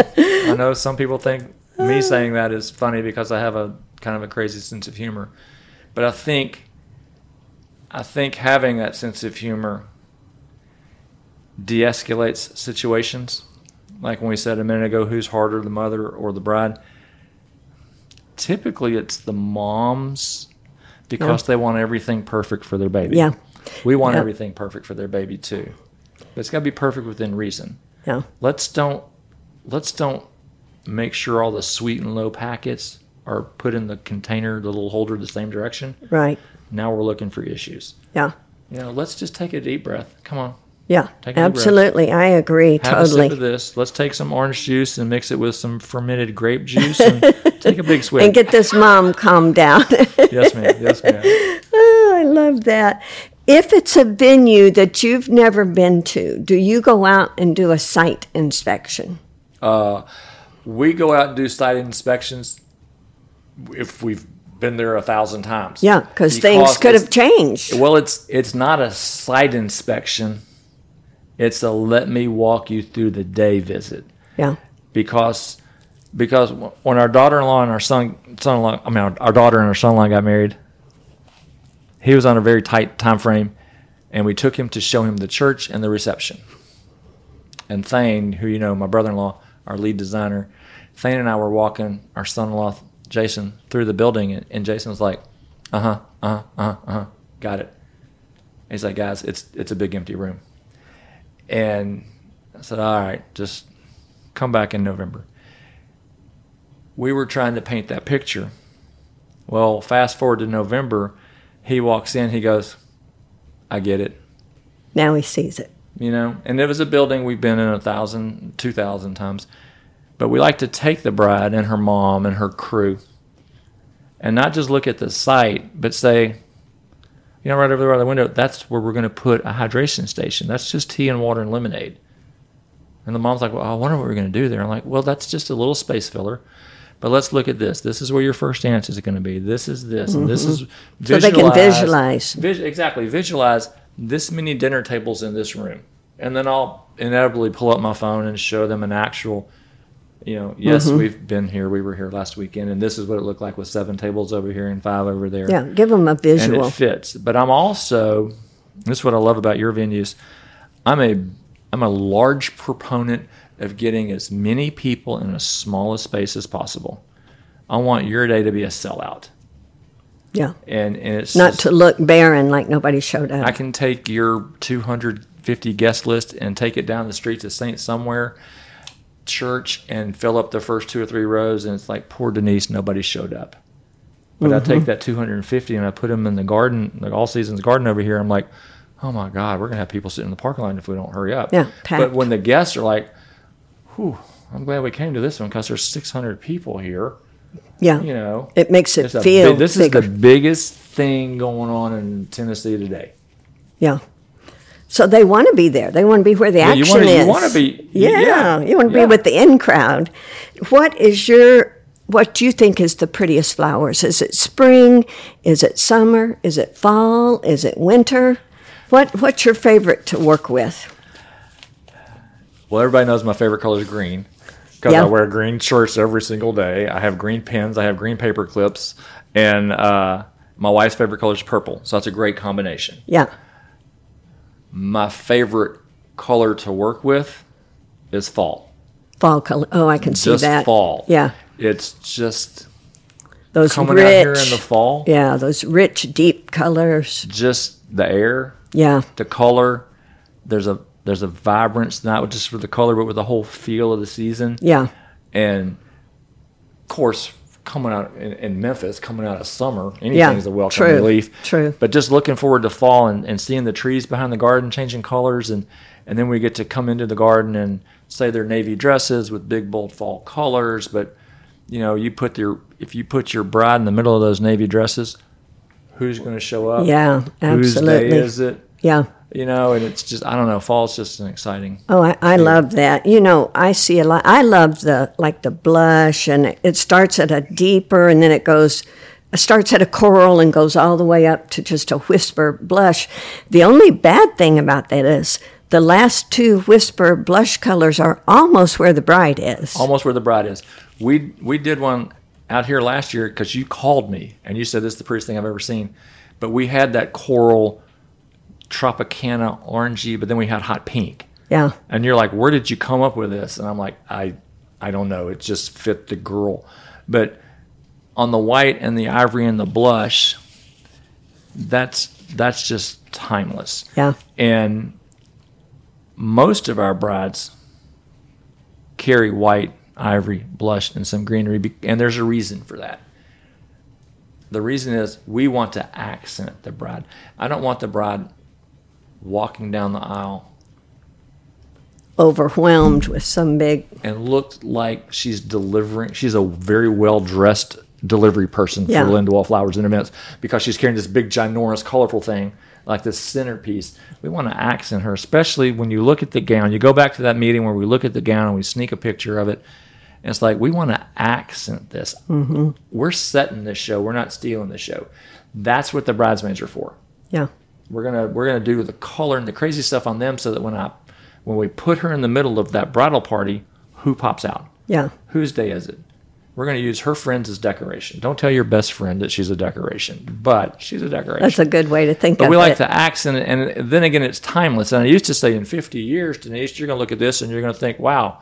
B: I know some people think
A: Ah.
B: me saying that is funny because I have a kind of a crazy sense of humor, but I think I think having that sense of humor de-escalates situations. Like when we said a minute ago, who's harder, the mother or the bride? Typically, it's the moms because they want everything perfect for their baby.
A: yeah,
B: We want
A: Yeah.
B: everything perfect for their baby too. But it's got to be perfect within reason
A: yeah,
B: let's don't let's don't make sure all the sweet and low packets are put in the container, the little holder, the same direction.
A: right.
B: Now we're looking for issues.
A: Yeah,
B: You know, let's just take a deep breath. Come on,
A: yeah.
B: Take a deep breath.
A: Absolutely, I agree
B: have a sip of
A: totally.
B: this. Let's take some orange juice and mix it with some fermented grape juice and take a big swig.
A: And get this mom calmed down.
B: yes, ma'am. Yes, ma'am.
A: Oh, I love that. If it's a venue that you've never been to, do you go out and do a site inspection?
B: We go out and do site inspections if we've been there a thousand times.
A: Yeah, because things could
B: it's-
A: have changed.
B: Well, it's it's not a site inspection. It's a let me walk you through the day visit
A: Yeah,
B: because because when our daughter-in-law and our son son-in-law, I mean our, our daughter and our son-in-law got married, he was on a very tight time frame, and we took him to show him the church and the reception. And Thane, who you know, my brother-in-law, our lead designer, Thane and I were walking our son-in-law Jason through the building, and, and Jason was like, "Uh huh, uh huh, uh huh, got it." He's like, "Guys, it's it's a big empty room," and I said, "All right, just come back in November. We were trying to paint that picture. Well, fast forward to November, he walks in, he goes, I get it.
A: now he sees it.
B: You know, and it was a building we've been in a thousand, two thousand times. But we like to take the bride and her mom and her crew and not just look at the site, but say, you know, right over there by the window, that's where we're going to put a hydration station. That's just tea and water and lemonade. And the mom's like, well, I wonder what we're going to do there. I'm like, well, that's just a little space filler. But let's look at this. This is where your first dance is going to be. This is this. And this is
A: Mm-hmm. So they can visualize.
B: Vis- exactly. Visualize this many dinner tables in this room. And then I'll inevitably pull up my phone and show them an actual, you know, yes,
A: Mm-hmm.
B: we've been here. We were here last weekend. And this is what it looked like with seven tables over here and five over there
A: Yeah, give them a
B: and
A: visual.
B: it fits. But I'm also this is what I love about your venues. I'm a I'm a large proponent of getting as many people in as small a space as possible. I want your day to be a sellout,
A: yeah,
B: and and it's
A: not to look barren like nobody showed up.
B: I can take your 250 guest list and take it down the street to Saint somewhere church and fill up the first two or three rows, and it's like poor Denise, nobody showed up. But I
A: Mm-hmm.
B: take that 250 and I put them in the garden, the all seasons garden over here. I'm like, oh my god, we're gonna have people sitting in the parking lot if we don't hurry up.
A: Yeah,
B: But
A: packed.
B: when the guests are like, whew, I'm glad we came to this one because there's 600 people here.
A: yeah,
B: You know,
A: it makes it
B: It's a
A: feel
B: big- this
A: bigger.
B: is the biggest thing going on in Tennessee today.
A: yeah. So they want to be there. They want to be where the
B: you
A: action
B: wanna- you
A: is.
B: wanna be-
A: Yeah,
B: yeah,
A: you want to
B: yeah.
A: be with the in crowd. What is your what do you think is the prettiest flowers? Is it spring? Is it summer? Is it fall? Is it winter? What what's your favorite to work with?
B: Well, everybody knows my favorite color is green because
A: Yeah.
B: I wear green shirts every single day. I have green pens. I have green paper clips, and uh, my wife's favorite color is purple. So that's a great combination.
A: Yeah.
B: My favorite color to work with is fall.
A: Fall color. Oh, I can see
B: Just
A: that.
B: fall.
A: Yeah.
B: It's just
A: Those
B: coming
A: rich.
B: out here in the fall.
A: Yeah, those rich deep colors.
B: Just the air,
A: Yeah.
B: the color. There's a there's a vibrance not just with the color, but with the whole feel of the season.
A: Yeah.
B: and of course coming out in, in Memphis, coming out of summer, anything's
A: Yeah,
B: a welcome
A: true,
B: relief.
A: true.
B: But just looking forward to fall and, and seeing the trees behind the garden changing colors, and and then we get to come into the garden and say their navy dresses with big bold fall colors. But you know, you put your if you put your bride in the middle of those navy dresses, who's going to show up?
A: Yeah,
B: Whose day
A: absolutely.
B: is it?
A: Yeah.
B: You know, and it's just I don't know. Fall's just an exciting.
A: Oh, I, I love that. You know, I see a lot. I love the like the blush, and it, it starts at a deeper, and then it goes, it starts at a coral and goes all the way up to just a whisper blush. The only bad thing about that is the last two whisper blush colors are almost where the bride is.
B: almost where the bride is. We we did one out here last year because you called me and you said this is the prettiest thing I've ever seen. But we had that coral Tropicana orangey, but then we had hot pink.
A: Yeah,
B: And you're like, where did you come up with this? And I'm like, I I don't know. It just fit the girl. But on the white and the ivory and the blush, that's that's just timeless.
A: yeah,
B: And most of our brides carry white, ivory, blush, and some greenery. be- And there's a reason for that. The reason is we want to accent the bride. I don't want the bride walking down the aisle
A: overwhelmed with some big.
B: and look like she's delivering. She's a very well dressed delivery person
A: Yeah.
B: for Lindwall Flowers and Events because she's carrying this big, ginormous, colorful thing like this centerpiece. We want to accent her, especially when you look at the gown. You go back to that meeting where we look at the gown and we sneak a picture of it. And it's like, we want to accent this. We're setting this show, we're not stealing the show. That's what the bridesmaids are for
A: Yeah,
B: we're gonna we're gonna do the color and the crazy stuff on them so that when I when we put her in the middle of that bridal party, who pops out?
A: yeah,
B: Whose day is it? We're gonna use her friends as decoration. Don't tell your best friend that she's a decoration, but she's a decoration.
A: that's a good way to think
B: but
A: of
B: we like
A: it.
B: the accent, and then again, it's timeless. And I used to say, in 50 years, Denise, you're going to look at this and you're going to think, wow.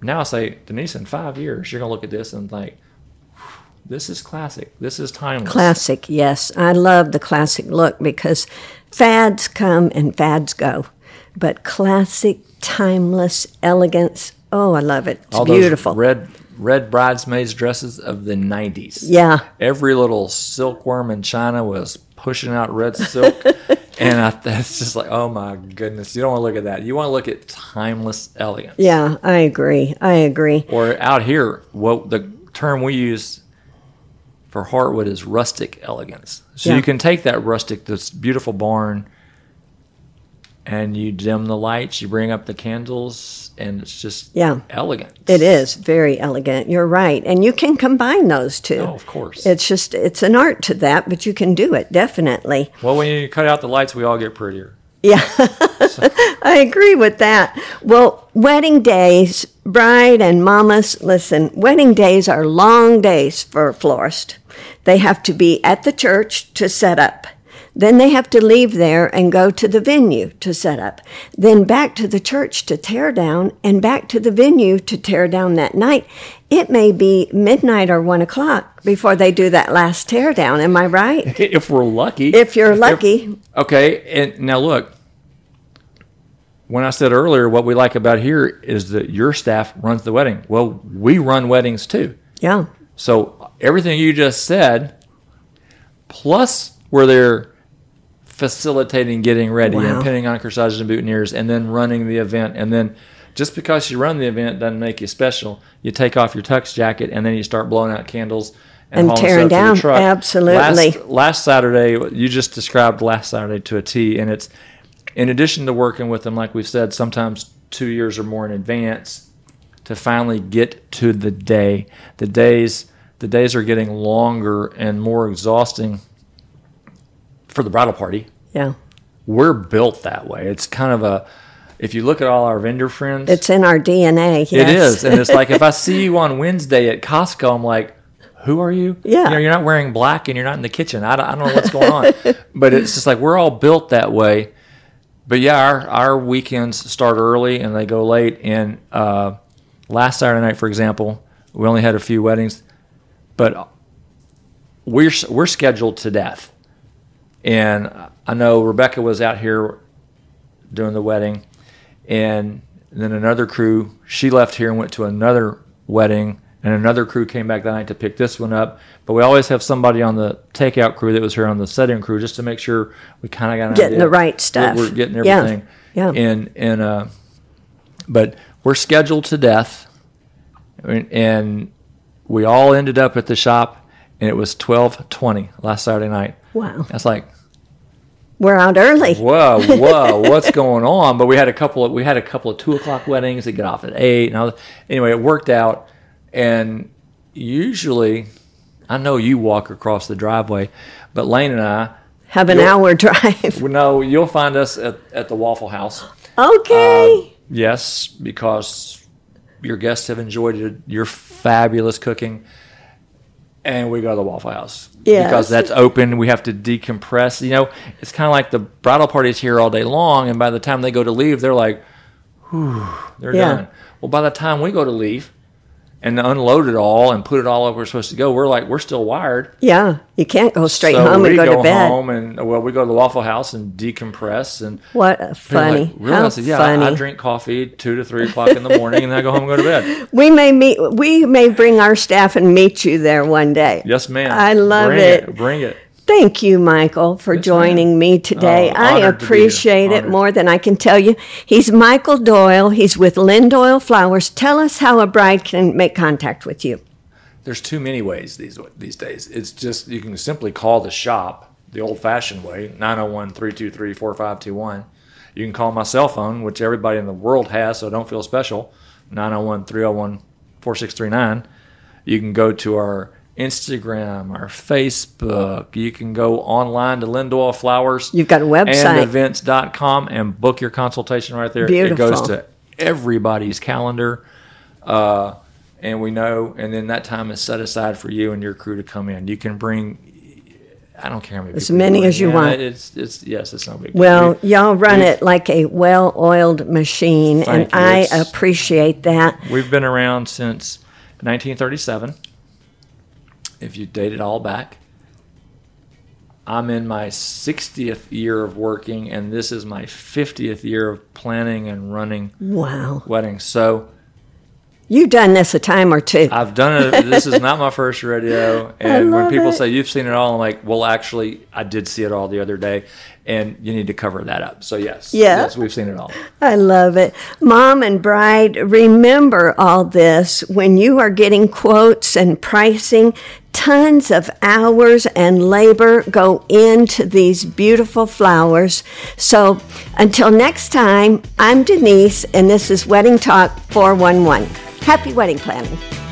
B: Now I say, Denise, in five years, you're going to look at this and think, this is classic. This is timeless.
A: Classic, yes. I love the classic look because fads come and fads go. But classic, timeless elegance, oh, I love it. It's
B: all those
A: beautiful.
B: red red bridesmaids dresses of the 90s
A: Yeah.
B: every little silkworm in china was pushing out red silk and I, that's just like oh my goodness you don't want to look at that you want to look at timeless elegance
A: yeah, I agree. I agree.
B: or out here what the term we use for heartwood is rustic elegance so
A: Yeah.
B: you can take that rustic this beautiful barn and you dim the lights you bring up the candles and it's just
A: Yeah.
B: elegant
A: It is very elegant. You're right. And you can combine those two.
B: oh of course
A: It's just, it's an art to that, but you can do it, definitely.
B: Well, when you cut out the lights, we all get prettier.
A: Yeah, I agree with that. Well, wedding days, bride and mamas, listen, wedding days are long days for a florist. They have to be at the church to set up. Then they have to leave there and go to the venue to set up. Then back to the church to tear down and back to the venue to tear down that night. It may be midnight or one o'clock before they do that last tear down. Am I right?
B: If we're lucky.
A: If you're lucky.
B: okay, and now look. When I said earlier, what we like about here is that your staff runs the wedding. Well, we run weddings too.
A: Yeah.
B: So everything you just said, plus we're there facilitating getting ready
A: Wow.
B: and pinning on corsages and boutonnieres and then running the event. And then just because you run the event doesn't make you special. You take off your tux jacket and then you start blowing out candles
A: And
B: hauling
A: tearing
B: stuff to the
A: down.
B: truck.
A: Absolutely.
B: Last, last Saturday, you just described last Saturday to a T, and it's in addition to working with them, like we've said, sometimes two years or more in advance to finally get to the day. The days the days are getting longer and more exhausting for the bridal party.
A: Yeah.
B: We're built that way. It's kind of a if you look at all our vendor friends,
A: It's in our DNA. Yes.
B: it is. And it's like if I see you on Wednesday at Costco, I'm like, who are you?
A: Yeah.
B: You know, you're not wearing black and you're not in the kitchen. I don't, I don't know what's going on. but it's just like we're all built that way. But yeah, our, our weekends start early and they go late. And uh, last Saturday night, for example, we only had a few weddings, but we're, we're scheduled to death. And I know Rebecca was out here during the wedding and then another crew she left here and went to another wedding and another crew came back that night to pick this one up. But we always have somebody on the takeout crew that was here on the setting crew just to make sure we kind of got an
A: Getting
B: idea
A: the right
B: that
A: stuff.
B: We're getting
A: Yeah.
B: everything.
A: Yeah.
B: And and uh, but we're scheduled to death, and- and we all ended up at the shop, and it was twelve twenty last Saturday night.
A: Wow.
B: That's like
A: We're out early.
B: whoa, whoa, what's going on? But we had a couple of we had a couple of two o'clock weddings that get off at eight. And all that. anyway, it worked out. And usually, I know you walk across the driveway, but Lane and I,
A: Have an
B: You're-
A: hour drive.
B: we know you'll find us at, at the Waffle House. Um,
A: okay.
B: Yes, because your guests have enjoyed it, your fabulous cooking. And we go to the Waffle House
A: Yes.
B: because that's open. We have to decompress. You know, it's kind of like the bridal party's here all day long, and by the time they go to leave, they're like, "Whew, they're
A: Yeah.
B: done." Well, by the time we go to leave and unload it all and put it all up where it's supposed to go, we're like, we're still wired.
A: yeah. You can't go straight
B: so
A: home
B: we
A: and go, to bed.
B: home and well, we go to the Waffle House and decompress and
A: What a
B: They're
A: funny.
B: Like, really? I
A: How
B: said, yeah, I-
A: funny.
B: I drink coffee two to three o'clock in the morning, and then I go home and go to bed.
A: we may meet we may bring our staff and meet you there one day.
B: Yes, ma'am.
A: I love
B: Bring
A: it.
B: Bring it.
A: Thank you, Michael, for joining me today.
B: Oh,
A: I
B: honored to be here.
A: appreciate it
B: Honored.
A: more than I can tell you. He's Michael Doyle. He's with Lynn Doyle Flowers. Tell us how a bride can make contact with you.
B: There's too many ways these these days. It's just you can simply call the shop the old-fashioned way, 901-323-4521. You can call my cell phone, which everybody in the world has, so don't feel special, 901-301-4639. You can go to our Instagram, our Facebook. You can go online to Lindoil Flowers.
A: You've got a website.
B: And events.com and book your consultation right there. It
A: Beautiful.
B: goes to everybody's calendar. Uh, and we know, and then that time is set aside for you and your crew to come in. You can bring, I don't care how many
A: As
B: people you
A: many
B: bring
A: as you
B: in.
A: want.
B: It's, it's, yes, it's no big deal.
A: Well,
B: We-
A: y'all run
B: we've-
A: it like a well oiled machine, and
B: Thank you.
A: I
B: It's-
A: appreciate that.
B: We've been around since 1937. If you date it all back, I'm in my 60th year of working, and this is my 50th year of planning and running
A: Mm-hmm. Wow.
B: weddings. So
A: You've done this a time or two.
B: I've done it. This is not my first rodeo. And when
A: love
B: people
A: it.
B: say you've seen it all, I'm like, well, actually, I did see it all the other day, and you need to cover that up. So yes,
A: Yeah.
B: yes, we've seen it all.
A: I love it. Mom and bride, remember all this when you are getting quotes and pricing. Tons of hours and labor go into these beautiful flowers. So until next time, I'm Denise, and this is Wedding Talk 411. Happy wedding planning.